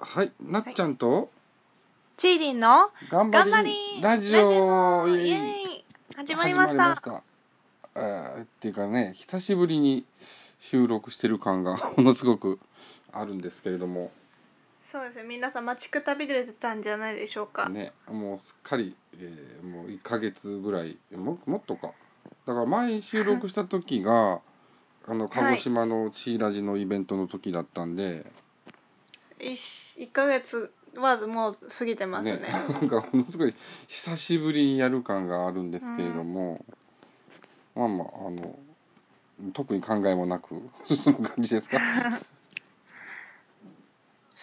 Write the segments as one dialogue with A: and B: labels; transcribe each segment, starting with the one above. A: はい、なっちゃんと、
B: チーリンの
A: 頑
B: 頑張
A: 張
B: り
A: りラジオ
B: ラジオイ
A: イ
B: エ
A: エイ
B: ーイ始まりま
A: 始
B: した
A: たえーっていうかね、久しぶりに収録してる感が ものすごくあるんですけれども、
B: そうですね皆さん待ちくたびれてたんじゃないでしょうか、
A: ね、もうすっかり、えーもう1ヶ月ぐらいも、もっとか。だから前収録した時が、あの鹿児島のチーラジのイベントの時だったんで、
B: 一1ヶ月はもう過ぎてますね
A: なんかものすごい久しぶりにやる感があるんですけれども、まあまああの特に考えもなく 進む感じですか。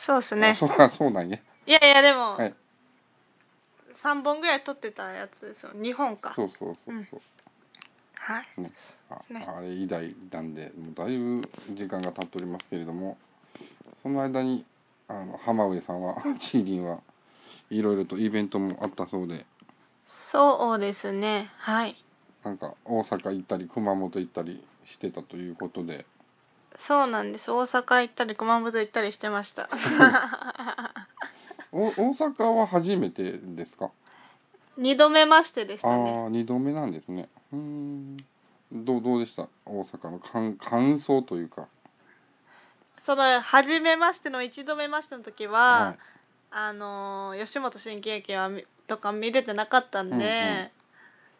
B: そうです ね
A: そう あそうなんや。
B: いやいやでも、
A: はい。
B: 3本ぐらい撮ってたやつですよ2本か
A: そうそうそうそう。
B: はい
A: あ
B: ね
A: あれ以来なんでもうだいぶ時間が経っておりますけれども、その間にあの浜上さんは チーリンはいろいろとイベントもあったそうで、
B: そうですねはい
A: なんか大阪行ったり熊本行ったりしてたということで。
B: そうなんです大阪行ったり熊本行ったりしてました
A: お大阪は初めてですか。
B: 二度目ましてでしたね
A: ああ二度目なんですね。うーん。どうどうでした大阪の感感想というか。
B: その初めましての一度目ましての時は、
A: はい
B: あのー吉本新喜劇はみとか見れてなかったんで、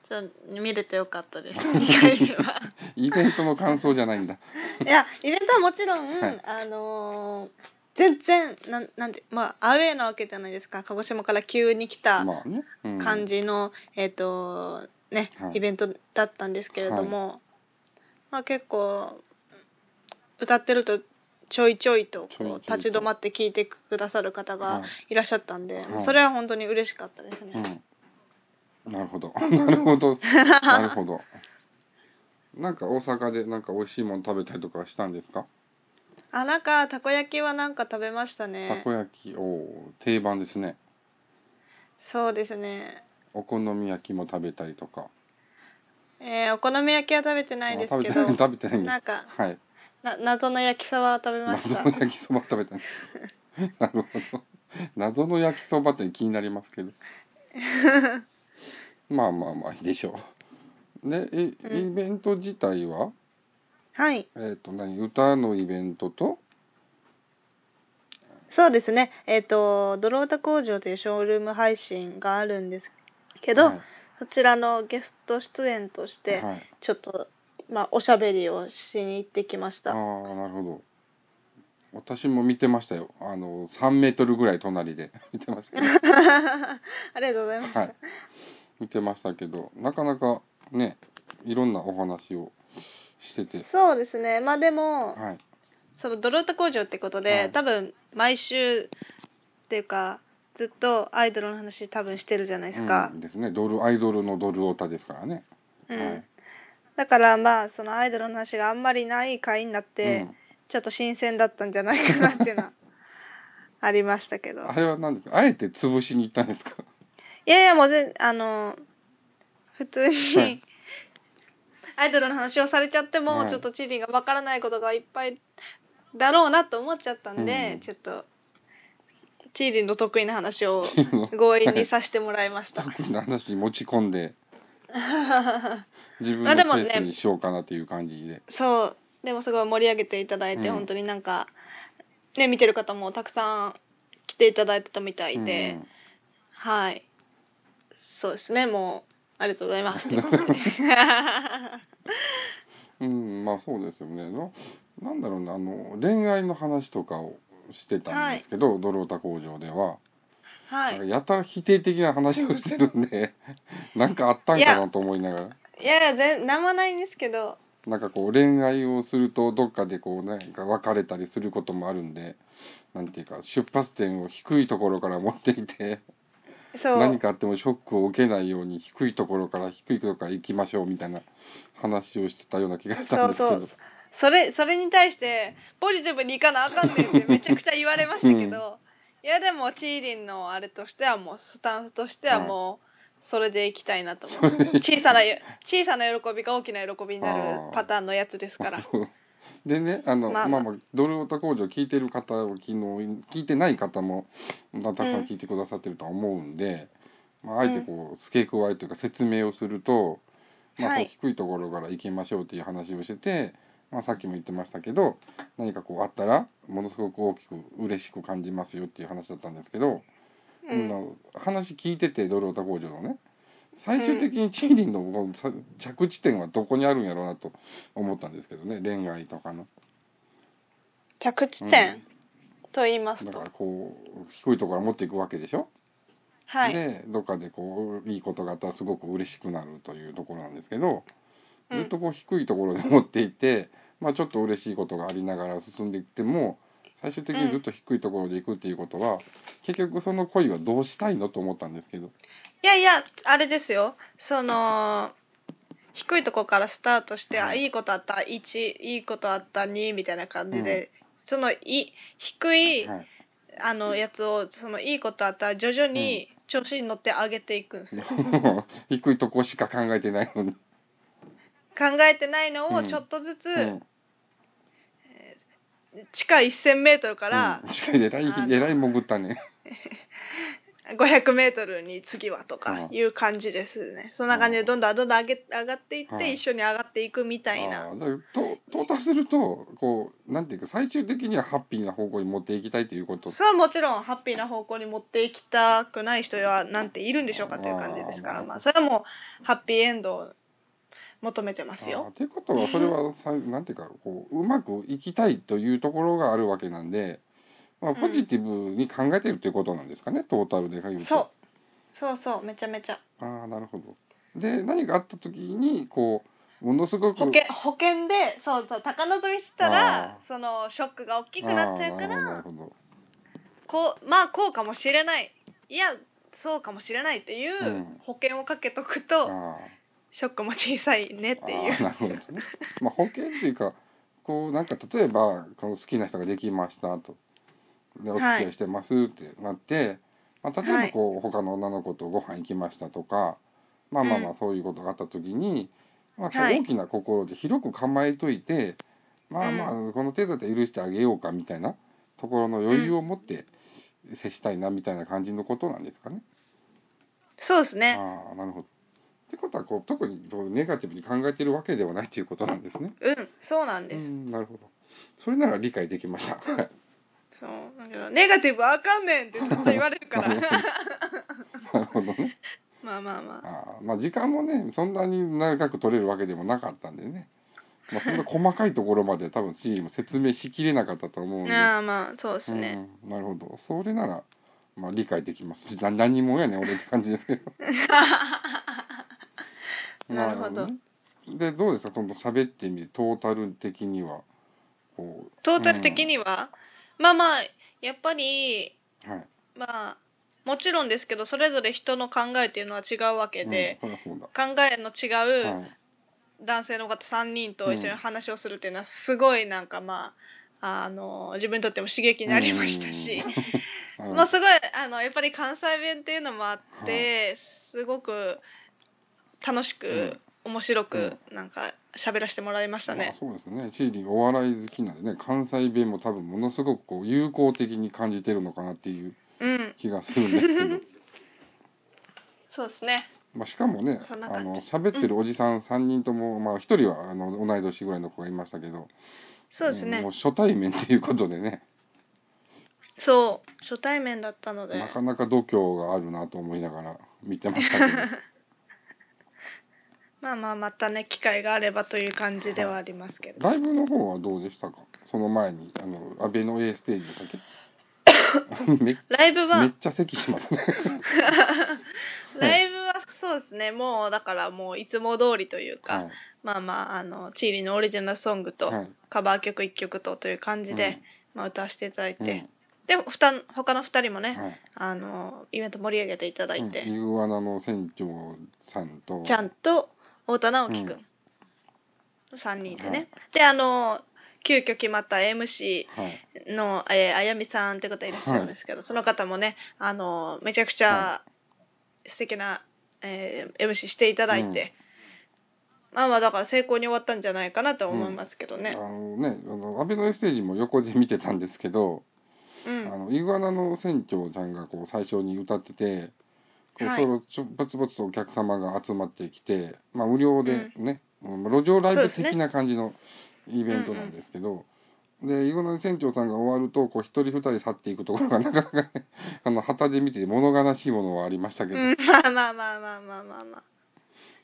B: ちょ見れてよかったです見返しは
A: イベントの感想じゃないんだ。
B: いやイベントはもちろん、
A: はい
B: あのー全然なんなんてまあアウェーなわけじゃないですか鹿児島から急に来た
A: まあね。うん、
B: 感じの、えっ、とね、
A: はい
B: イベントだったんですけれども、まあ結構歌ってるとちょいちょいと
A: ちょいちょ
B: こ
A: いうと
B: 立ち止まって聞いてくださる方
A: は
B: が
A: い
B: らっしゃったんで、
A: い
B: もうそれは本当に嬉しかったですね。
A: うん。なるほど。なるほ ど。なるほど。なんか大阪でなんか美味しいもの食べたりとかしたんですか。
B: あなんかたこ焼きはなんか食べました
A: た
B: ね
A: こ。焼きを定番ですね。
B: そうですね。
A: お好み焼きも食べたりとか。
B: えーお好み焼きは食べてないですけ
A: あ
B: ど、
A: 食べて食べてないんです
B: なんか
A: はい。
B: な謎の焼きそばを食べまし
A: 謎
B: た
A: の。焼きそば食べた ねなるほど謎の焼きそばって気になります けどまあまあまあいいでしょうでい
B: うん
A: イベント自体は、
B: はい、
A: えっ、と何歌のイベントと
B: そうですね。えっ、とドロータ工場というショールーム配信があるんですけど、
A: はい
B: そちらのゲスト出演として
A: はい、
B: ちょっと、まあおしゃべりをしに行ってきまし
A: ああ
B: た。
A: なるほど私も見てましたよあの3メートルぐらい隣で 見てましたけど
B: ありがとうございました。
A: はい、見てましたけどなかなかねいろんなお話をしてて
B: そうですね。まあでも、
A: はい
B: そのドロータ工場ってことで、
A: はい
B: 多分毎週っていうかずっとアイドルの話多分してるじゃないですか
A: うん、。ですねドルアイドルのドルオタですからね
B: うん。
A: はい
B: だからまあそのアイドルの話があんまりない回になって、
A: うん
B: ちょっと新鮮だったんじゃないかなっていう のはありましたけど
A: あれは何ですかあえて潰しに行ったんです か
B: いやいやもうぜあの普通に、
A: はい
B: アイドルの話をされちゃっても、
A: はい
B: ちょっとチリがわからないことがいっぱいだろうなと思っちゃったんで、
A: うん
B: ちょっとチリの得意な話を強引にさせてもらい ました。
A: 特に話に持ち込ん で自分
B: ま
A: のペ
B: あでもね
A: ースにしようかなという感じで
B: そうでもすごい盛り上げていただいて、
A: うん
B: 本当になんかね見てる方もたくさん来ていただいてたみたいで、
A: うん
B: はいそうですねもうありがとうございま す
A: うん、まあそうですよねななんだろうねあの恋愛の話とかをしてたんですけど、ドルオタ工場では、
B: は
A: なん
B: い
A: かやたら否定的な話をしてるん でなんかあったんか
B: い
A: な
B: や
A: と思いながら
B: いやいや全何もないんですけど
A: なんかこう恋愛をするとどっかでこうなんか別れたりすることもあるんでなんていうか出発点を低いところから持っていて
B: そう
A: 何かあってもショックを受けないように低いところから低いところから行きましょうみたいな話をしてたような気がしたんですけど
B: そうそうそれそれに対してポジティブにいかなあかんねんってめちゃくちゃ言われましたけど、いやでもチーリンのあれとしてはもうスタンスとしてはもうそれでいきたい なと思う、小さな小さな喜びが大きな喜びになるパターンのやつですから
A: なるほどでねあの、
B: ま
A: ま
B: あ
A: あ
B: ま
A: ま
B: あ
A: あドルオタ工場聞いてる方を昨日聞いてない方もまあたくさん聞いてくださってるとは思うんで、まあ、あえてこう付け加えというか説明をすると、まあ、
B: は
A: そ
B: いう
A: 低いところから行きましょうっていう話をしてて、まあ、さっきも言ってましたけど何かこうあったらものすごく大きく嬉しく感じますよっていう話だったんですけど、
B: うん
A: な話聞いててドルオタ工場のね最終的にチーリンのこうさ着地点はどこにあるんやろうなと思ったんですけどね恋愛とかの。
B: 着地
A: う
B: 点
A: ん
B: と言います
A: だ
B: と、
A: からこう低いところから持っていくわけでしょ、
B: はい、
A: でどっかでこういいことがあったらすごく嬉しくなるというところなんですけど、
B: うん
A: ずっとこう低いところで持っていて、まあ、ちょっと嬉しいことがありながら進んでいっても最終的にずっと低いところで行くっていうことは、結局その恋はどうしたいのと思ったんですけど、
B: いやいやあれですよその低いとこからスタートして、あいいことあった1いいことあった2みたいな感じで、そのい低い、
A: はい、
B: あのやつをそのいいことあったら徐々に調子に乗って上げていくんですよ、
A: 低いとこしか考えてないのに、
B: 考えてないの
A: う
B: を
A: ん
B: ちょっとずつ、
A: うん
B: 地下1 0 0 0ルから
A: うん近いでえらい
B: あの
A: えらい潜ったね。
B: 5 0 0ルに次はとか
A: うん
B: いう感じですね、そんな感じでどんどんどんどん上げ上がっていって、
A: はい
B: 一緒に上がっていくみたいな
A: あーだからと到達するとこうなんていうか最終的にはハッピーな方向に持っていきたいということ
B: それはもちろんハッピーな方向に持っていきたくない人はなんているんでしょうかという感じですから
A: あー
B: まあそれはもうハッピーエンドを求めてます
A: あー
B: よ。
A: ということはそれはさなんていうかこううまくいきたいというところがあるわけなんで、まあ、ポジティブに考えてるということなんですかね、トータルで言うと。
B: そうそうそうめちゃめちゃ
A: ああなるほど。で何かあった時にこうものすごく
B: 保険保険でそうそう高望みしてたら
A: あー
B: そのショックが大きくなっちゃうか
A: あーな
B: ら
A: るほどなる
B: こうまあこうかもしれないいやそうかもしれないっていう
A: うん
B: 保険をかけとく
A: ほ
B: と、
A: どあー
B: ショックも小さいねってい
A: あーなるほど
B: う。
A: ですね。まあ保険っていうかこうなんか例えばこの好きな人ができましたとでお付き合いしてますってなって、まあ、例えばこう、他の女の子とご飯行きましたとかまあまあま
B: う
A: あそういうことがあった時に、まあ、こう
B: はい
A: 大きな心で広く構えといて、まあまあこの程度で許してあげようかみたいなところの余裕を持って接したいなみたいな感じのことなんですかね。
B: そうですね。
A: ああなるほど。ってことはこう特にこうネガティブに考えてるわけではないということなんですね。
B: うん、そうなん
A: う
B: です。
A: ん、なるほど。それなら理解できま した。はい
B: そうだけどネガティブあかんねんってずっと言われるか
A: なる ほどな
B: ら。
A: るほどね。
B: まあまあまあ。
A: あーまあ時間もね、そんなに長く取れるわけでもなかったんでね。まあそんな細かいところまで多分シーリーも説明しきれなかったと思うんで。
B: ああまあそうですね。
A: うん、なるほど。それならまあ理解できます。 な何もやねん俺って感じですけど。
B: なるほど
A: ね。でどうですかその喋ってみてトータル的にはこ
B: トータル的には、まあまあやっぱり
A: うはい。
B: まあもちろんですけどそれぞれ人の考えっていうのは違うわけで、
A: うん、そりゃそう
B: 考えの違
A: だ。
B: う
A: はい。
B: 男性の方3人と一緒に話をするっていうのはすごいなんかまああの自分にとっても刺激になりましたし、
A: なるほど
B: まあすごいあのやっぱり関西弁っていうのもあって、すごく楽しく、面白くなんか喋らせてもらいました
A: まあ
B: ね。
A: そうですねチーリーがお笑い好きなんでね関西弁も多分ものすごくこう友好的に感じてるのかなっていう
B: うん、
A: 気がするんですけ ど
B: そうですね。
A: まあしかもね
B: そ
A: あ
B: んな感じ
A: の喋ってるおじさん3人とも、まあ1人はあの同い年ぐらいの子がいましたけど
B: そうです
A: んも
B: ね
A: う。初対面ということでね
B: そう初対面だったので
A: な、かなか度胸があるなと思いながら見てましたけど
B: まあまあまたね機会があればという感じではあります けど。
A: ライブの方はどうでしたかその前にあの安倍の A ステージでしたっ けめ
B: ライブ
A: めっ
B: は
A: ちゃ咳しますね
B: ライブはそうですね。もうだからもういつも通りという
A: は
B: か、
A: い
B: まあまああのチーリーのオリジナルソングと
A: はい
B: カバー曲1曲とという感じで、まあ歌わせていただいて。
A: うんうん
B: でふた他の2人もね、
A: はい
B: あのイベント盛り上げていただいて、
A: うんイグアナの船長さんと
B: ちゃんと太田直樹くん、
A: う
B: 3人でね、
A: はい
B: であの急遽決まった MC
A: はい、
B: の、えーあやみさんって方いらっしゃるんですけど、その方もねあのめちゃくちゃ素敵な、えー MC していただいて、まあまあだから成功に終わったんじゃないかなとは思いますけど
A: あ
B: ね。
A: のねあの安倍のエッセージも横で見てたんですけど、
B: うん。
A: あのイグアナの船長ちゃんがこう最初に歌っててこう
B: はい
A: そろちょぼつぼつとお客様が集まってきて、まあ、無料でね、うん路上ライブ的な感じのイベントなんですけど。でイグアナの船長さんが終わるとこう一人二人去っていくところがなかなか ねあの旗で見て物悲しいものはありましたけど、
B: うん まあまあまあまあまあまあまあ。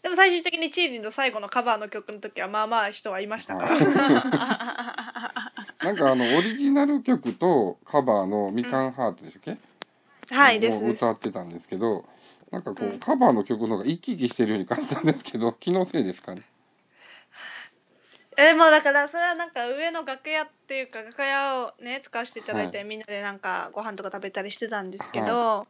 B: でも最終的にチーリンの最後のカバーの曲の時はまあまあ人はいましたから。
A: なんかあのオリジナル曲とカバーの「みかんハート」でしたっけ、
B: はいで
A: も
B: す
A: う
B: です。
A: 歌ってたんですけどなんかこう、
B: うん
A: カバーの曲の方が生き生きしてるように感じたんですけど気のせいですかね。
B: えー、もうだからそれはなんか上の楽屋っていうか楽屋をね使わせていただいて、
A: は
B: みんなでなんかご飯とか食べたりしてたんですけど、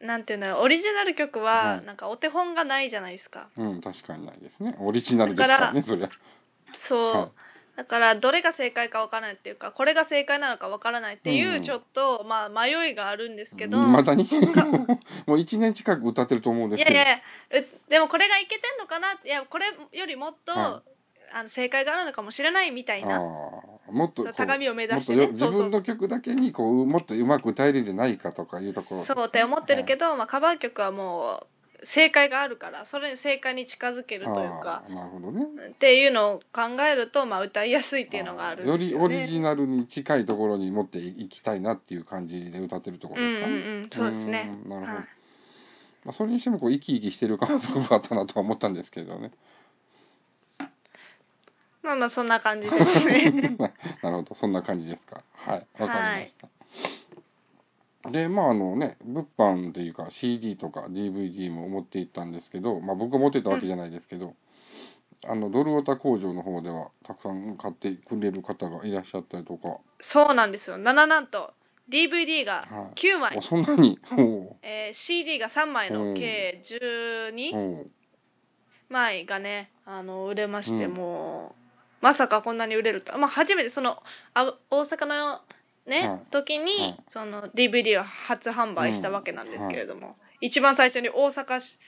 B: なんていうのオリジナル曲
A: は
B: はいなんかお手本がないじゃないですか。
A: うん、確かにないですね。オリジナルですからね、そりゃ。
B: そう、
A: はい
B: だからどれが正解かわからないっていうかこれが正解なのかわからないっていううんちょっと、まあ迷いがあるんですけど、
A: まだに、 もう1年近く歌ってると思うんで
B: い
A: す
B: や
A: け
B: い
A: ど。
B: やうでもこれがいけてんのかないやこれよりもっと、
A: は
B: あの正解があるのかもしれないみたいな
A: ああ、もっとこう、
B: 高みを目
A: も
B: 指
A: っ
B: し
A: と
B: てね
A: よ自
B: そうそう
A: 分の曲だけに、こう、もっとうまく歌えるんじゃないかとかいうところ。
B: そうって思ってるけど、まあ、カバー曲はもう正解があるからそれに正解に近づけるというか
A: ああ、なるほどね。
B: っていうのを考えると、まあ、歌いやすいっていうのがあるん
A: よ
B: です
A: り
B: よ、ね、
A: オリジナルに近いところに持っていきたいなっていう感じで歌ってるところですかね。
B: うんうんうんそうですね
A: うんなるほど。
B: はい
A: まあ、それにしてもこう生き生きしてる感想があったなとは思ったんですけどね。
B: まあまあそんな感じです ね
A: なるほど、そんな感じですか。はい、わかりました。で、まああのね、物販っていうか CD とか DVD も持って行ったんですけど、まあ僕持ってたわけじゃないですけど、あのドルオタ工場の方ではたくさん買ってくれる方がいらっしゃったりとか、
B: そうなんですよなななんと DVD が
A: はい
B: 9枚、
A: おそんなに、お
B: えー CD が3枚
A: う
B: の
A: ん
B: 計12
A: う、おう、
B: 枚がねあの売れまして、
A: うん
B: もうまさかこんなに売れるとは、まあ、初めてそのあ大阪のね、
A: はい
B: 時に、
A: はい
B: その DVD を初販売したわけなんですけれども、一番最初に大阪市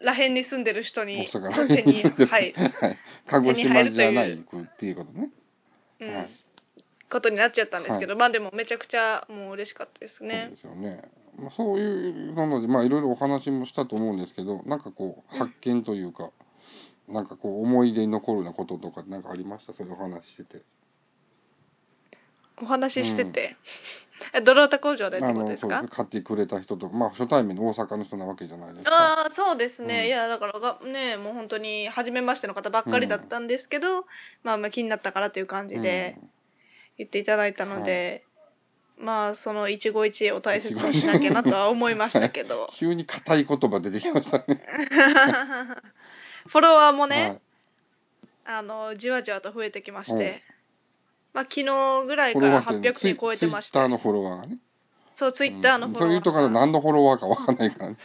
B: らへんに住んでる人
A: 大
B: に
A: 阪ら
B: 手にはい、
A: はい、鹿児島じゃないって いうことね。
B: うん
A: はい
B: ことになっちゃったんですけど、まあでもめちゃくちゃもう嬉しかったです
A: そう
B: ね
A: で。すよね。まあ、そういうので、まあ、いろいろお話もしたと思うんですけど、なんかこう、発見というか、なんかこう、思い出に残るようなこととか、なんかありましたそういうお話してて。
B: お話ししてて、えドロータ工場でって
A: あ
B: こと
A: の、
B: です
A: そう
B: か
A: 買ってくれた人とか、まあ、初対面の大阪の人なわけじゃないですか。
B: ああそうですね、
A: うん
B: いやだからがねもう本当に初めましての方ばっかりだったんですけど、まあまあ気になったからという感じで言っていただいたので、まあその一期一会を大切にしなきゃなとは思いましたけ
A: うん
B: ど
A: 急に硬い言葉出てきましたね。
B: フォロワーもね、
A: はい
B: あのじわじわと増えてきまして、まあ昨日ぐらい
A: フ
B: か
A: ォロワ
B: ら
A: ーっ
B: 800人超えてまし
A: ツイッタ
B: た
A: ーのフォロワーがね。
B: そうツイッターのフォロワー、
A: うんそういうところ何のフォロワーかわかんないからね。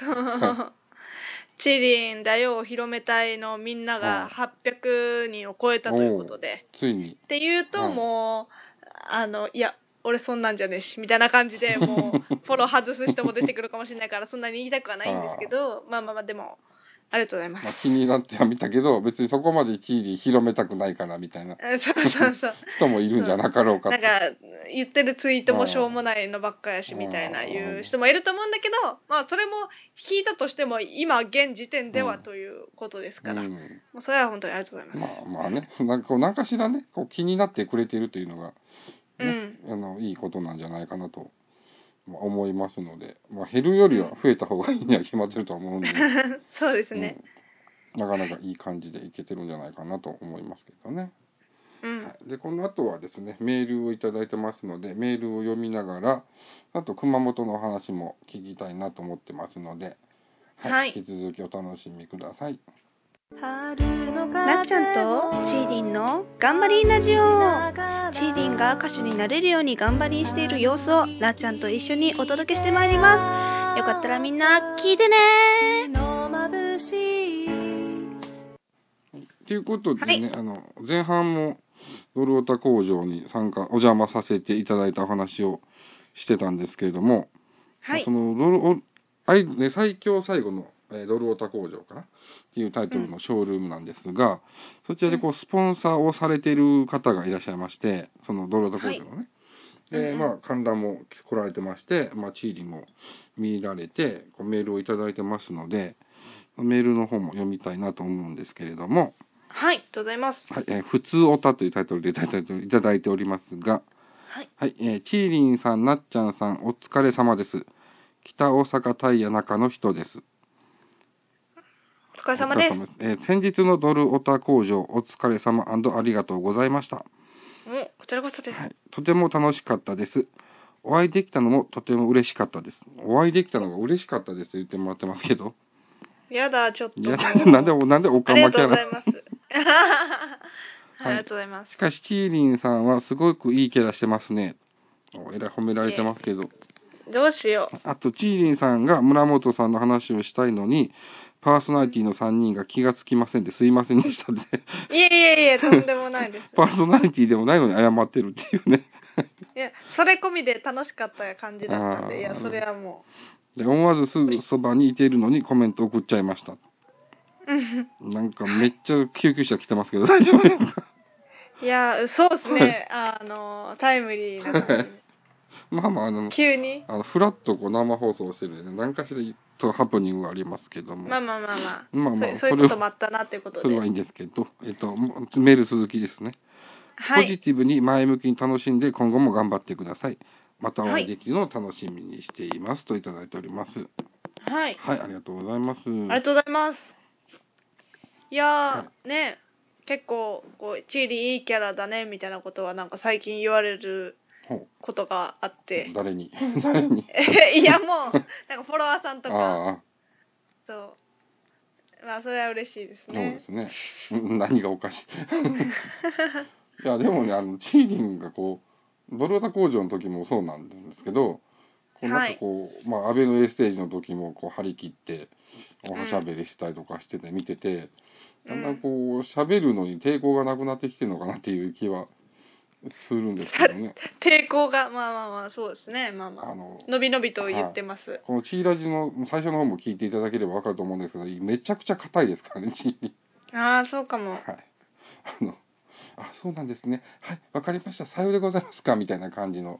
B: チリンだよを広めたいのみんなが800人を超えたということで、
A: ついに。
B: っていうと
A: はい
B: もう、あのいや俺そんなんじゃねえしみたいな感じ でもうフォロー外す人も出てくるかもしれないからそんなに言いたくはないんですけどまあまあまあでもありがとうござい ます
A: まあ、気になってはみたけど別にそこまで一時広めたくないからみたいな
B: うんそうそうそう
A: 人もいるんじゃなかろうか
B: な
A: と
B: んか言ってるツイートもしょうもないのばっかやしみたいな
A: うん
B: いう人もいると思うんだけどまあそれも引いたとしても今現時点ではということですから、
A: う
B: も
A: ん、
B: うそれは本当にありがとうございま、
A: ますあまあね なんかこう何かしらねこう気になってくれてるというのが、ねあのいいことなんじゃないかなとまあ思いますので、まあ、減るよりは増えた方がいいには決まってるとは思うんで、
B: うんそうです ね、
A: うんなかなかいい感じでいけてるんじゃないかなと思いますけどね。
B: うん
A: はいでこの後はですねメールをいただいてますのでメールを読みながらあと熊本のお話も聞きたいなと思ってますので、
B: はい
A: 引き続きお楽しみください。
C: な
D: な
C: っ
D: っ
C: ち
D: ち
C: ゃ
D: ゃ
C: ん
D: ん
C: と
D: と
C: チ
D: チ
C: ー
D: ー
C: リ
D: リ
C: ン
D: ン
C: の
D: の
C: 頑
D: 頑
C: 張
D: 張
C: り
D: り
C: ラ
D: ラ
C: ジ
D: ジ
C: オ
D: オ
C: チ
D: チ
C: ー
D: ー
C: リ
D: リ
C: ン
D: ン
C: が
D: が
C: 歌
D: 歌
C: 手
D: 手
C: に
D: に
C: な
D: な
C: れ
D: れ
C: る
D: る
C: よ
D: よ
C: う
D: う
C: に
D: に
C: 頑
D: 頑
C: 張
D: 張
C: り
D: り
C: し
D: してて
C: い
D: い
C: る
D: る
C: 様
D: 様
C: 子
D: 子
C: を
D: を
C: な
D: な
C: っ
D: っ
C: ち
D: ち
C: ゃ
D: ゃ
C: ん
D: ん
C: と
D: と
C: 一
D: 一
C: 緒
D: 緒
C: にお
D: にお
C: 届
D: 届
C: け
D: け
C: し
D: してて
C: ま
D: ま
C: い
D: い
C: り
D: り
C: ま
D: ますす
C: よ
D: よ
C: か
D: か
C: っ
D: ったた
C: ら
D: ら
C: み
D: み
C: ん
D: ん
C: な
D: な
C: 聞
D: 聞
C: い
D: い
C: て
D: て
C: ね
D: ね
C: のまぶしい
A: ということでね、あの前半もドルオタ工場に参加お邪魔させていただいたお話をしてたんですけれども、
B: はい
A: そのドルオアイね、最強最後の、ええードルオタ工場かなっていうタイトルのショールームなんですが、そちらでこうスポンサーをされている方がいらっしゃいましてそのドルオタ工場のね、
B: うん
A: で
B: うん
A: まあ観覧も来られてまして、まあ、地理も見られてこうメールを頂だいてますのでメールの方も読みたいなと思うんですけれども
B: はいありがとうございます
A: 「はいえー普通オタ」というタイトルでいただいていただいておりますが
B: はい
A: はい、えー、チーリンさん、なっちゃんさん、お疲れ様です。北大阪タイヤ中の人です。
B: お疲れ様です
A: お疲れ様ですえー先日のドルオタ工場、お疲れ様ありがとうございました。
B: うんこちらこそです、
A: はい、とても楽しかったです。お会いできたのもとても嬉しかったです。お会いできたのが嬉しかったですと言ってもらってますけど。
B: やだちょっと
A: い や、
B: もう
A: なんで、なんでオ
B: あ
A: カ
B: り
A: マ
B: が
A: キ
B: とう
A: ャ
B: ござい
A: ラ。
B: ますはいありがとうございます
A: しかし、チーリンさんはすごくいいキャラしてますね。おえらい褒められてますけど。
B: どうしよう
A: あと、チーリンさんが村本さんの話をしたいのに、パーソナリティの3人が気がつきませんですいませんでしたって、
B: いえいえいえとんでもないです
A: パーソナリティでもないのに謝ってるっていうね。
B: いやそれ込みで楽しかった感じだったん
A: あー
B: でいやそれはも
A: で、思わずすぐそばにいているのにコメント送っちゃいました。
B: ううん
A: なんかめっちゃ救急車来てますけど、大丈夫 ですか
B: いやそうです ねあのタイムリーな感じで
A: まあまあ、あの、
B: 急に
A: あのフラッとこう生放送してるんでね、何かしらとハプニングがありますけども。
B: まあまあまあまあ
A: まあまあ
B: そうそうい
A: それ
B: うこ
A: は
B: ともあったなっていうこと
A: それはいい
B: で
A: んですけど、えっと、もうメール続きですね。
B: は
A: ポジ
B: い
A: ティブに前向きに楽しんで今後も頑張ってください。またお会いできるのを楽しみにしています、といただいております。
B: はい
A: はい、ありがとうございます。
B: ありがとうございます。いやー、ね、結構こうチーリーいいキャラだねみたいなことはなんか最近言われる
A: ほ
B: ことがあっ
A: う
B: て、
A: 誰に誰に
B: いやもうなんかフォロワーさんとか、
A: ああ、
B: そう、まあそれは嬉しいです
A: そうで
B: ね。
A: すね。 うん何がおかしい。いや、でもね、あの、チーリンがこう、ドルオタ工場の時もそうなんですけど、こうなんかこう、まあ、アベノ A ステージの時もこう張り切っておしゃべりしたりとかしてて見てて、だんだんこう喋るのに抵抗がなくなってきてるのかなっていう気はするんですけどね。
B: 抵抗がまあまあまあそうですね、まあま
A: あ
B: あ
A: の
B: 伸び伸びと言ってます。
A: このチーラジの最初の方も聞いていただければわかると思うんですけど、めちゃくちゃ硬いですからねチーリ。
B: ああそうかも。
A: はい。あのあそうなんですね。はいわかりました。さようでございますかみたいな感じの、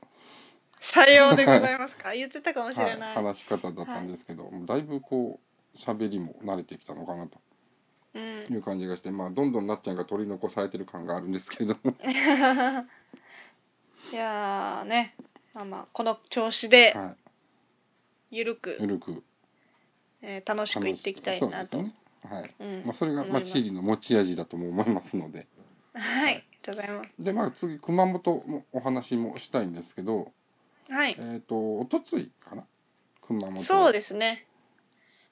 B: さようでございますか。言ってたかもし
A: は
B: れ
A: い、
B: ない。
A: 話し方だったんですけど、だいぶこう喋りも慣れてきたのかなと
B: うん
A: い。う感じがして、まあどんどんなっちゃんが取り残されてる感があるんですけ ども。
B: いやーね、まあまあこの調子で
A: は
B: ゆるく
A: い。。ゆるく
B: えー楽しく行っていきたいなと。
A: そううですね。はい。
B: ん
A: まあ、それが、
B: 思
A: まあ、
B: います
A: チリの持ち味だとも思いますので
B: はい、ありがとうございます。
A: で、まあ、次熊本のお話もしたいんですけど、
B: はい、
A: えっとおとついかな熊本
B: そうですね。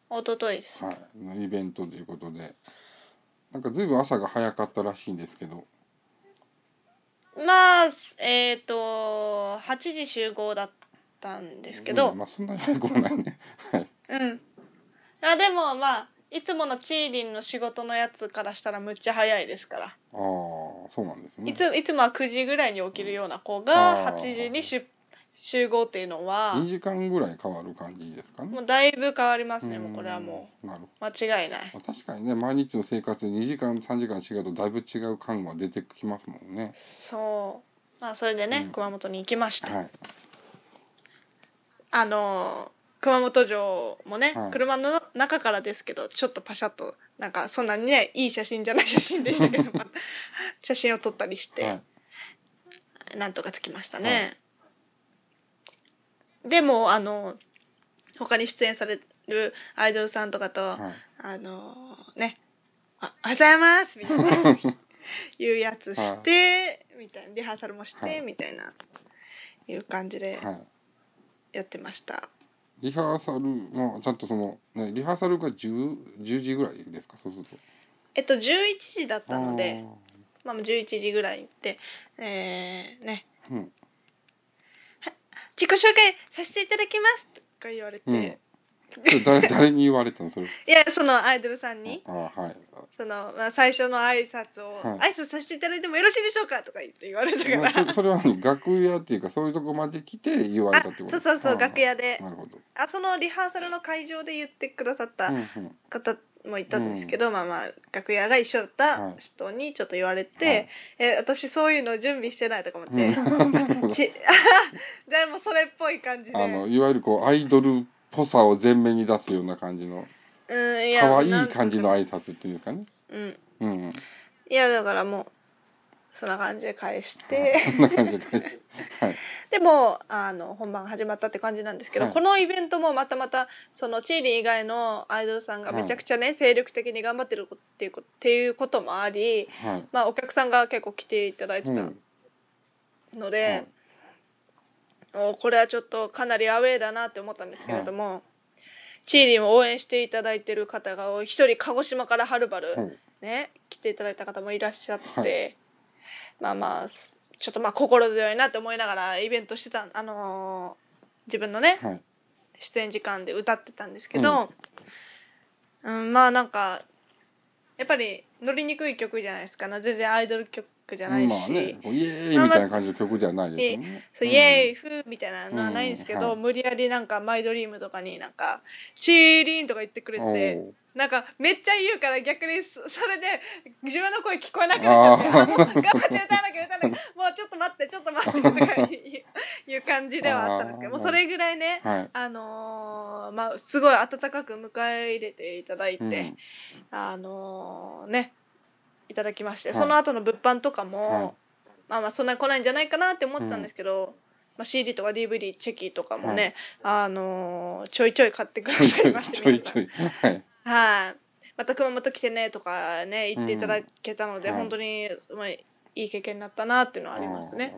B: 一昨日です。
A: はい、のイベントということでなんかずいぶん朝が早かったらしいんですけど
B: まあ、えっ、と、8時集合だったんですけ
A: う
B: ど、うんん。
A: まあ、そんなに早くはない ねはい
B: あでも、まあ、いつものチーリンの仕事のやつからしたらむっちゃ早いですから、
A: ああそうなんですね
B: いついつもは9時ぐらいに起きるような子
A: あ
B: が
A: ー
B: 8時に集集合っていうのは
A: 2時間ぐらい変わる感じですかね
B: もうだいぶ変わりますねもうこれはも
A: うんなるほ
B: う間違いない
A: どまあ確かにね毎日の生活2時間3時間違うとだいぶ違う感は出てきますもんね
B: そうまあそれでね、
A: うん
B: 熊本に行きました、
A: はい
B: あのー熊本城もね、
A: はい
B: 車の中からですけどちょっとパシャッとなんかそんなにねいい写真じゃない写真でしたけどまあ 写真を撮ったりして、
A: はい
B: なんとか着きましたね、でもあの他に出演されるアイドルさんとかと、
A: はい
B: あのーね「あおはようございます」みたいな いうや つして、みたいなリハーサルもして、
A: はい
B: みたいないう感じで
A: はい
B: やってました。
A: リハーサルもちゃんとその、ね、リハーサルが 10, 10時ぐらいですかそうすると。
B: えっと、11時だったので、
A: あ
B: まあ、11時ぐらいに行って、えー、ね、
A: ーうん
B: 自己紹介させていただきますとか言われて、
A: うんそれ誰誰に言われたのそれ
B: いやそのアイドルさんに
A: あはい
B: その、まあ、最初の挨拶を、
A: はい
B: 挨拶させていただいてもよろしいでしょうかとか言って言われた
A: まあ
B: から、
A: そ それは何楽屋っていうかそういうとこまで来て言われ
B: あ
A: たってこと
B: そうそうそう
A: あ
B: 楽屋で
A: なるほど、
B: あそのリハーサルの会場で言ってくださった
A: うんうん、
B: 方もいたんですけど、まあまあ楽屋が一緒だっ
A: はい
B: た人にちょっと言われて、
A: はい
B: え私そういうの準備してないとか思って、
A: うんなる ほど
B: ちでもそれっぽい感じで
A: あのいわゆるこうアイドルっぽさを前面に出すような感じの
B: うんいや
A: 可愛
B: ないん
A: 感じの挨拶っていうんですかね
B: うん
A: うんうん
B: いやだからもうそんな感じで返して
A: そんな感じで返すはい
B: でもあの本番が始まったって感じなんですけど、
A: はい
B: このイベントもまたまたそのチーリン以外のアイドルさんがめちゃくちゃね、精力的に頑張ってるっていうこっていうこともあり、
A: はい
B: まあ、お客さんが結構来ていただいて
A: うん
B: たので、おこれはちょっとかなりアウェーだなって思ったんですけれども、チーリンを応援していただいてる方がお一人鹿児島からはるばる、
A: はい
B: ね、来ていただいた方もいらっしゃって、
A: は
B: まあまあすちょっとまあ心強いなって思いながらイベントしてた、あのー自分のね
A: はい
B: 出演時間で歌ってたんですけど、うんまあなんかやっぱり乗りにくい曲じゃないですかな全然アイドル曲じゃないし、
A: まあねこうイエーイみたいな感じの曲ではないですよね
B: そうイエーイフーみたいなのはないんですけど、
A: うんはい
B: 無理やりなんか「マイドリーム」とかになんか「チーリーン」とか言ってくれて
A: おう
B: なんかめっちゃ言うから逆にそそれで自分の声聞こえなくなっちゃって
A: あー
B: あの頑張って歌わなきゃ歌わなきゃもうちょっと待ってちょっと待ってとかいういう感じではあったんですけどもうそれぐらい ね
A: はい
B: あのーまあすごい温かく迎え入れていただいて、
A: うん
B: あのーねいただきまして、
A: はい
B: その後の物販とか
A: はい
B: も、まあまあそんなに来ないんじゃないかなって思ってたんですけど、まあ、CD とか DVD チェキとかもね、あのーちょいちょい買ってくだ
A: ちょい
B: さ
A: ちょ
B: い
A: い
B: まして
A: ちょいちょいはい
B: はいまた熊本来てねとかね言っていただけたので、
A: うんはい
B: 本当に、まあ、いい経験になったなっていうのはありますね。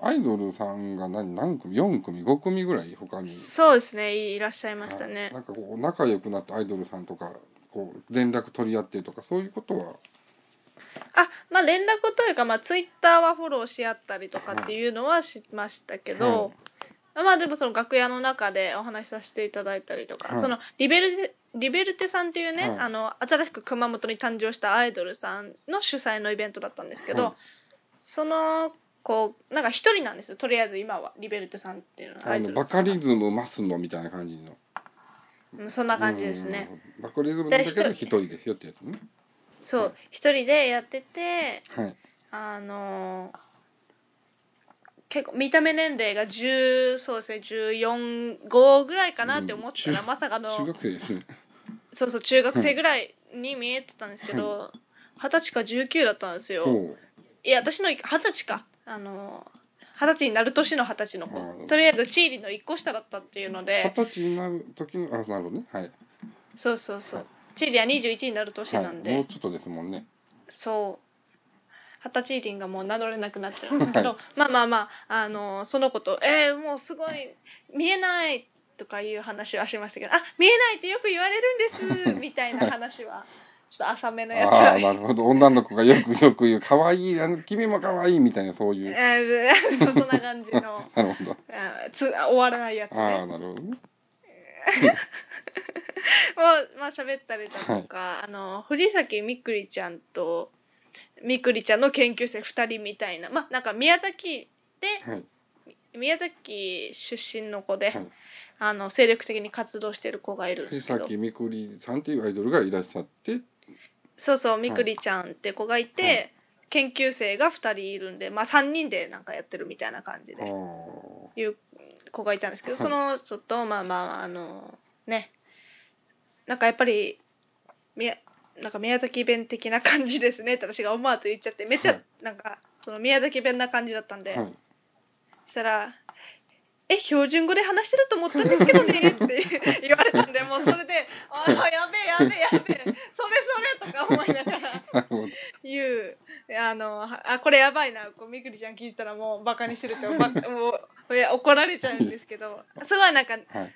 A: あーアイドルさんが何何組4組5組ぐらい他に
B: そうですねいいらっしゃいましたね
A: あ。なんかこう仲良くなったアイドルさんとかこう連絡取り合ってとかそういうことは
B: あまあ連絡というか、まあ、ツイッターはフォローし合ったりとかっていうのはしましたけど、まあでもその楽屋の中でお話しさせていただいたりとか、
A: はい
B: そのリベルテリベルテさんっていうね、
A: はい
B: あの新しく熊本に誕生したアイドルさんの主催のイベントだったんですけど、
A: はい
B: そのこうなんか一人なんですよとりあえず今はリベルテさんっていうのはア
A: あ
B: イ
A: の
B: ドル
A: バ
B: さ
A: カ
B: んが
A: リズムマスのみたいな感じの
B: うんそんな感じですね。
A: うんバカリズムなんだけど
B: で
A: 一人ですよってやつね
B: そう一人でやってて
A: はい
B: あのー結構見た目年齢が10そうですね145ぐらいかなって思ってたら、
A: うん
B: まさかの
A: 中学生ですね
B: そうそう中学生ぐらいに見えてたんですけど二十歳か19だったんですよ
A: ほ
B: いや私の二十歳かあのー二十歳になる年の二十歳の
A: あー
B: 子とりあえずチーリの一個下だったっていうの
A: う二
B: で
A: 十歳になる時のあなるほどねはい、
B: そうそうそうチーリは21になる年
A: は
B: なんで、
A: い、もうちょっとですもんね
B: そう二十歳輪がもう名乗れなくなっちゃうんですけど、
A: は
B: まあまあまあ、あのその子と「えー、もうすごい見えない」とかいう話はしましたけど「あ見えないってよく言われるん です」みたいな話はちょっと浅めのやつ
A: ああー
B: は。
A: なるほど女の子がよくよく言う「可愛いあの君も可愛いみたいなそうい
B: え
A: う
B: ーそんな感じの
A: なるほど
B: あつ終わらないやつ
A: ああ
B: ね
A: なるほどね
B: をまあ喋ったりだとか、あの藤崎みくりちゃんとみくりちゃんの研究生2人みたいなまあなんか宮崎で
A: はい
B: 宮崎出身の子で、
A: はい
B: あの精力的に活動してる子がいるんで
A: 藤
B: すけど
A: 崎みくりさんっていうアイドルがいらっしゃって
B: そうそうみくりちゃんって子がいて、
A: はい
B: 研究生が2人いるんで、まあ、3人でなんかやってるみたいな感じ
A: あ
B: で
A: ー
B: いう子がいたんですけど、
A: はい
B: そのちょっとまあまああのねなんかやっぱりみやなんか宮崎弁的な感じですねって私が思わず言っちゃってめっちゃ、
A: はい
B: なんかその宮崎弁な感じだったんで。
A: はい
B: そしたら「え標準語で話してると思ったんですけ どね」って言われたんでもうそれで「ああやべえやべえやべえそれそれ」とか思いながら
A: なるほど
B: 言うあのあこれやばいなこうみくりちゃん聞いたらもうバカにしてるっ てばもういや怒られちゃうんですけどすごいなんか
A: はい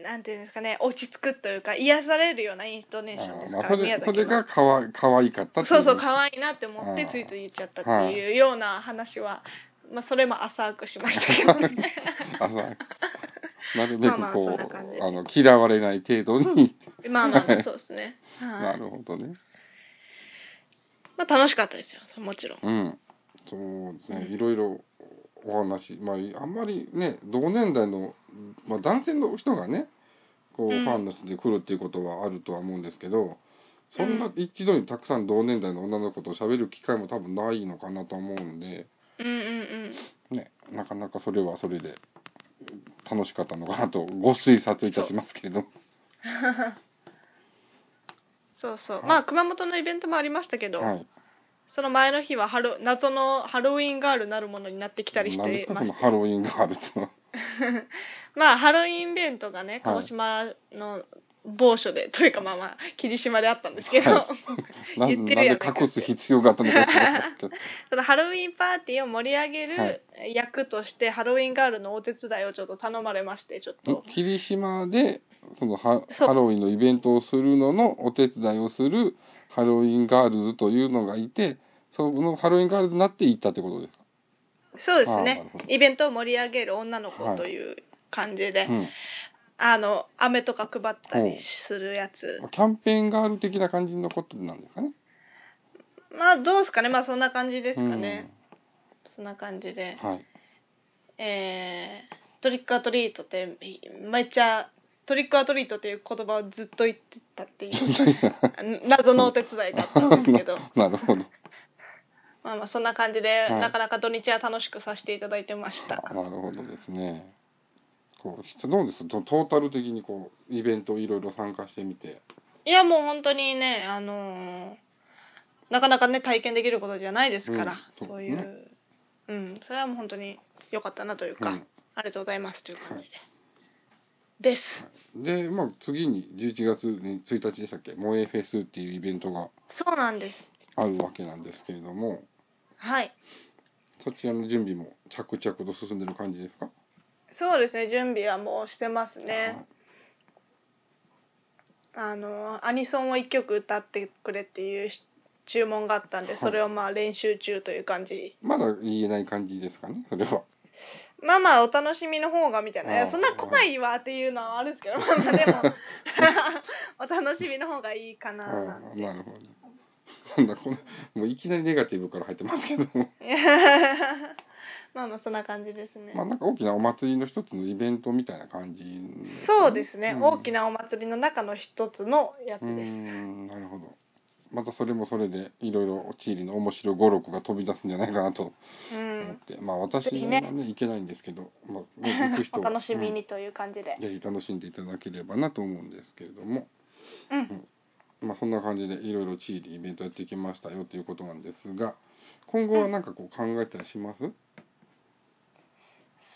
B: なんていうんですかね落ち着くというか癒されるようなインストネーション
A: あ
B: で
A: ー
B: す
A: まあ
B: か
A: そ
B: ら宮
A: れそ
B: 崎
A: れ
B: の
A: が。かわかわいかったってい
B: そうそう 可愛いなって思って
A: あー
B: ついつい言っちゃったっていうよう な話は、まあ、それも浅くしましたけどね。
A: あそうなるべく
B: まあまあそ
A: こ
B: んな感じ
A: うあの嫌われない程度に
B: まあまあ まあそうですね、は、
A: ないるほどね。
B: まあ楽しかったですよもちろん
A: うん、そうですね、
B: うん
A: いろいろお話、まあ、あんまりね同年代の、まあ、男性の人がねこう、
B: うん
A: ファンの人で来るっていうことはあるとは思うんですけどそん
B: う
A: な一度にたくさん同年代の女の子と喋る機会も多分ないのかなと思うんで、
B: うんうんうん
A: ね、なかなかそれはそれで楽しかったのかなとご推察いたしますけれども。
B: そうそう、
A: はい
B: まあ熊本のイベントもありましたけど、
A: はい、
B: その前の日はハロ謎のハロウィンガールなるものになってきたりし
A: 何で
B: て
A: すか
B: ま
A: その
B: し
A: ハロウィンガールっていうのは。
B: まあハロウィンイベントがね鹿児島の某所で、というかまあまあ霧島であったんですけど、
A: は な
B: 言
A: ん
B: って
A: なん
B: るやん
A: で隠す必要があったのか知らないけど
B: そのハロウィンパーティーを盛り上げ
A: は
B: る役として、ハロウィンガールのお手伝いをちょっと頼まれましてちょっと
A: 霧島でそのハ
B: そう
A: ハロウィンのイベントをするののお手伝いをするハロウィンガールズというのがいてそのハロウィンガールズになって行ったってことですか、
B: そうです
A: ああなる
B: ね
A: ほど
B: イベントを盛り上げる女の子という感じで、あの飴とか配ったりするやつ
A: うん、キャンペーンガール的な感じのことなんですかね。
B: まあどうですかねまあそんな感じですかね、そんな感じで
A: う、んはい、
B: えートリックアトリートってめっちゃトリックアトリートっていう言葉をずっと言ってたっていう謎のお手伝いだったんで すけど
A: なるほど。
B: まあまあそんな感じで、
A: はい
B: なかなか土日は楽しくさせていただいてました
A: なるほどですね。こうどうですトトータル的にこうイベントいろいろ参加してみて。
B: いやもう本当にねあのーなかなかね体験できることじゃないですから、
A: うんそう
B: そういう、
A: ね
B: うんそれはもう本当に良かったなというか、
A: うん
B: ありがとうございますという感じで、
A: は
B: です
A: で、まあ、次に11月に1日でしたっけ「萌えフェス」っていうイベントが
B: そうなんです
A: あるわけなんですけれども
B: はい
A: そちらの準備も着々と進んでる感じですか
B: そうですね準備はもうしてますね、
A: はい
B: あのアニソンを1曲歌ってくれっていうし注文があったんで
A: はい
B: それをまあ練習中という感じ、
A: まだ言えない感じですかねそれは。
B: まあまあお楽しみの方がみたいな「いや
A: あー
B: そんな来ないわ」っていうのはあるんですけどま あまあでもお楽しみの方がいいかなな
A: あ
B: ん
A: あ
B: て
A: なるほど。なんだこのもういきなりネガティブから入ってますけど も
B: まあまあそんな感じですね、
A: まあなんか大きなお祭りの一つのイベントみたいな感じですかね、
B: そうですね、
A: うん
B: 大きなお祭りの中の一つのやつ
A: うー
B: です、
A: んなるほどまたそれもそれでいろいろチーリの面白語録が飛び出すんじゃないかなと
B: うん
A: 思って、まあ私は
B: ぜ
A: ね
B: ひ
A: 行けないんですけど、まあ、ね行く人
B: お
A: は
B: 楽しみにという感じで
A: うん、ぜひ楽しんでいただければなと思うんですけれども、
B: うん
A: まあ、そんな感じでいろいろチーリイベントやってきましたよということなんですが今後は何かこう考えたりします、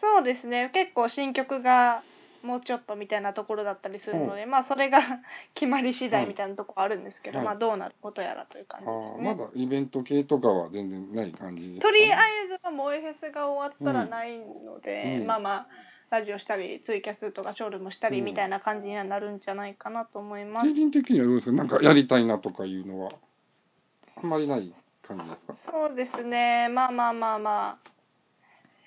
B: そうですね結構新曲がもうちょっとみたいなところだったりするので、まあそれが 決まり次第みたいなところあるんですけど、
A: はい
B: まあどうなることやらという感じ
A: あ
B: です
A: ー
B: ね。
A: まだイベント系とかは全然ない感じです
B: と
A: かね
B: りあえずは萌えフェスが終わったらないので、
A: うん
B: まあまあラジオしたりツイキャスとかショールームしたり
A: うん
B: みたいな感じにはなるんじゃないかなと思います。
A: 成人的にはどうですかなんかやりたいなとかいうのはあんまりない感じですか
B: そうですねまあまあまあまあ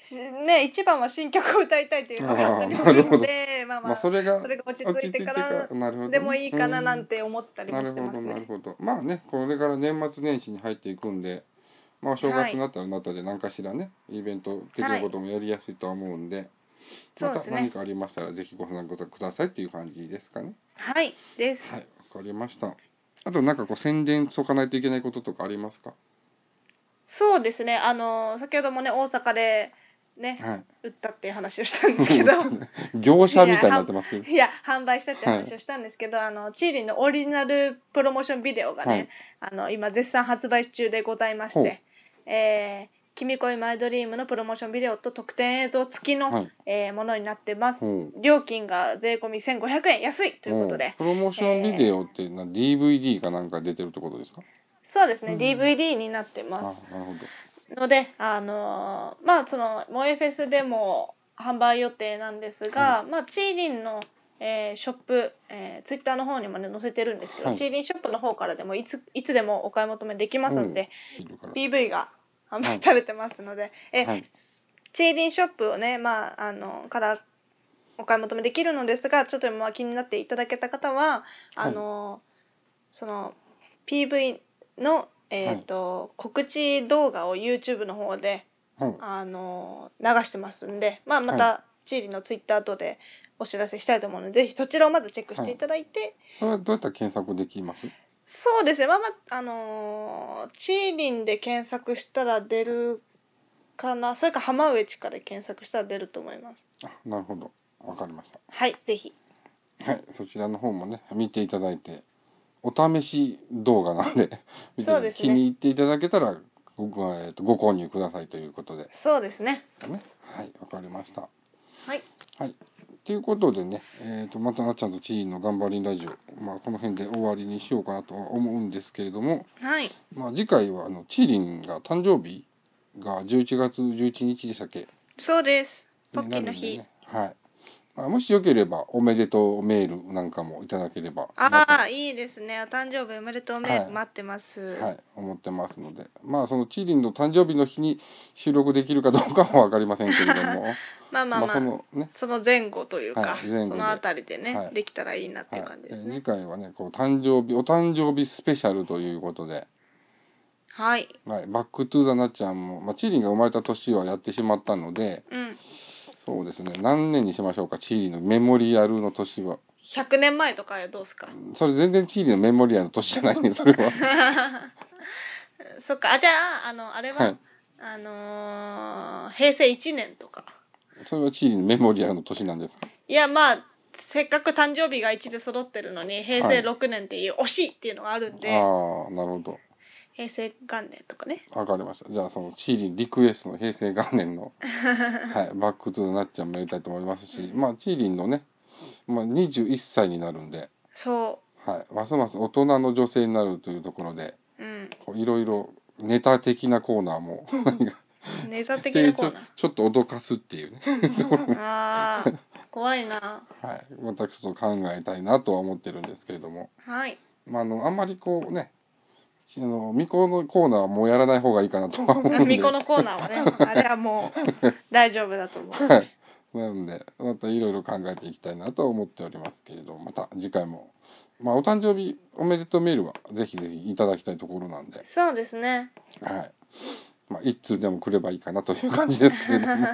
B: しね一番は新曲を歌いたいというのがあったりするのでまあま
A: まあ
B: あそ
A: それが
B: れが落ち着いてから
A: なるほど
B: でもいいかななん
A: て
B: て思ったりも
A: なる
B: して
A: ほ
B: ま
A: ど
B: すね
A: な。るほどまあねこれから年末年始に入っていくんでまあお正
B: は
A: 月
B: い
A: になったらなったで何かしらねイベント的なこともやりやすいとは思うんで、
B: そう
A: ま
B: で
A: た
B: すね
A: 何かありましたらぜひご参加くださいっていう感じですかね
B: はい、です。
A: はいわかりましたあとなんかこう宣伝しとかないといけないこととかありますか
B: そうですね。あの先ほどもね大阪でね
A: はい
B: 売ったっていう話をしたんですけど、
A: 業者みたいになってますけど
B: いや販売したっていう話をしたんですけど、あのチーリンのオリジナルプロモーションビデオがね、あの今絶賛発売中でございまし
A: ほ
B: て、えー君恋マイドリームのプロモーションビデオと特典映像付きの、
A: はい
B: えーものになってます
A: ほ。
B: 料金が税込み1500円安いということ
A: うん
B: で、
A: プロモーションビデオってな DVD かなんか出てるってことですか
B: そうです
A: う
B: ね、
A: ん
B: DVD になってます。
A: あなるほど
B: のであのーまあその萌えフェスでも販売予定なんですが、まあチーリンの、えーショップ、えー、ツイッターの方にもね載せてるんですけど、
A: はい
B: チーリンショップの方からでもいついつでもお買い求めできますので、
A: いるから
B: PV が販売されてますので、え
A: はい
B: チーリンショップをねまああのからお買い求めできるのですがちょっとまあ気になっていただけた方はあの、その PV の、えーと告知動画を YouTube の方で
A: うん
B: あの流してますんで、まあ、ま
A: は
B: たチーリの Twitter 等でお知らせしたいと思うのでぜひそちらをまずチェックしていただいて、
A: それはどうやったら検索できます
B: そうですねまあまああのーチーリンで検索したら出るかなそれか浜上地下で検索したら出ると思います
A: あなるほどわかりまし
B: はいぜひ
A: たはいそちらの方もね見ていただいてお試し動画なんで 見て
B: そうですね
A: 気に入っていただけたらご,、えー、とご購入くださいということで
B: そうですね
A: ねはいわかりました
B: はい
A: はい。ということでね、えー、とまたあっちゃんとチーンの頑張りラジオ、まあ、この辺で終わりにしようかなとは思うんですけれども、
B: はい
A: まあ、次回はあのチーリンが誕生日が11月11日でしたっけ
B: そうですポッキ
A: な
B: ー
A: る
B: の
A: んで
B: 日、
A: ね。はい。まあ、もしよければおめでとうメールなんかもいただければ
B: ああいいですねお誕生日おめでとうメー
A: はい
B: ル待ってます、
A: はい、思ってますので、まあそのチーリンの誕生日の日に収録できるかどうかはわかりませんけれども、
B: ま あまあまあ、
A: そ
B: そ
A: の
B: の
A: ね、
B: 前後というか、
A: はい前後で
B: そのあたりでね、
A: はい
B: できたらいいなって
A: はいいう
B: 感じです
A: えー
B: ね
A: 次回はね、こう誕生日お誕生日スペシャルということで、
B: はい、
A: はい、バックトゥーザなっちゃんも、まあ、チーリンが生まれた年はやってしまったので、
B: うん
A: そうですね、何年にしましょうか、チーリンのメモリアルの年は。
B: 100年前とかはどうっすか
A: それ全然チーリンのメモリアルの年じゃないね、それ は。
B: そっかあじゃああのあれは、
A: はい
B: あのー平成1年とか
A: それはチーリンのメモリアルの年なんですか。
B: いやまあせっかく誕生日が1で揃ってるのに平
A: は
B: 成
A: い
B: 6年っていう惜しいっていうのがあるん
A: ああ
B: で、、
A: なるほど。
B: 平成元年とかね
A: わかりました。じゃあ、そのチーリンリクエストの平成元年 の、はい、バックトゥーザなっちゃんもやりたいと思いますし、まあ、チーリンのね、まあ、21歳になるんで、
B: そ
A: はい、ますます大人の女性になるというところで、
B: ううん
A: こういろいろネタ的なコーナー も、何か
B: ネタ
A: っ
B: 的
A: てい
B: な
A: う
B: コ
A: ちょ
B: ーナー
A: ちょっと脅かすっていう ね、
B: あー怖いな
A: はい、私ちょっと考えたいなとは思ってるんですけれども、
B: はい
A: まあ、あのあんまりこうねあの巫女のコーナーはもうやらない方がいいかなとは思う んで
B: 巫女のコーナーはねあれはもう大丈夫だと思う
A: はい なんでまたいろいろ考えていきたいなと思っておりますけれどまた次回も、まあ、お誕生日おめでとうメールはぜひぜひいただきたいところなんで、
B: そうですね
A: はいまあ、一通でも来ればいいかなという感じですけれど も。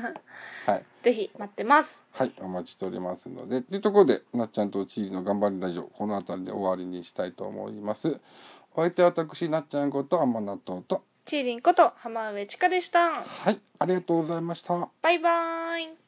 A: はい
B: ぜひ待ってます
A: はい、お待ちしておりますので。というところで、なっちゃんとチーリの頑張りラジオ、この辺りで終わりにしたいと思います。お相手は私、なっちゃんこと、天納豆と。
B: ちーりんこと浜上千佳でした
A: はい、ありがとうございました。
B: バイバーイ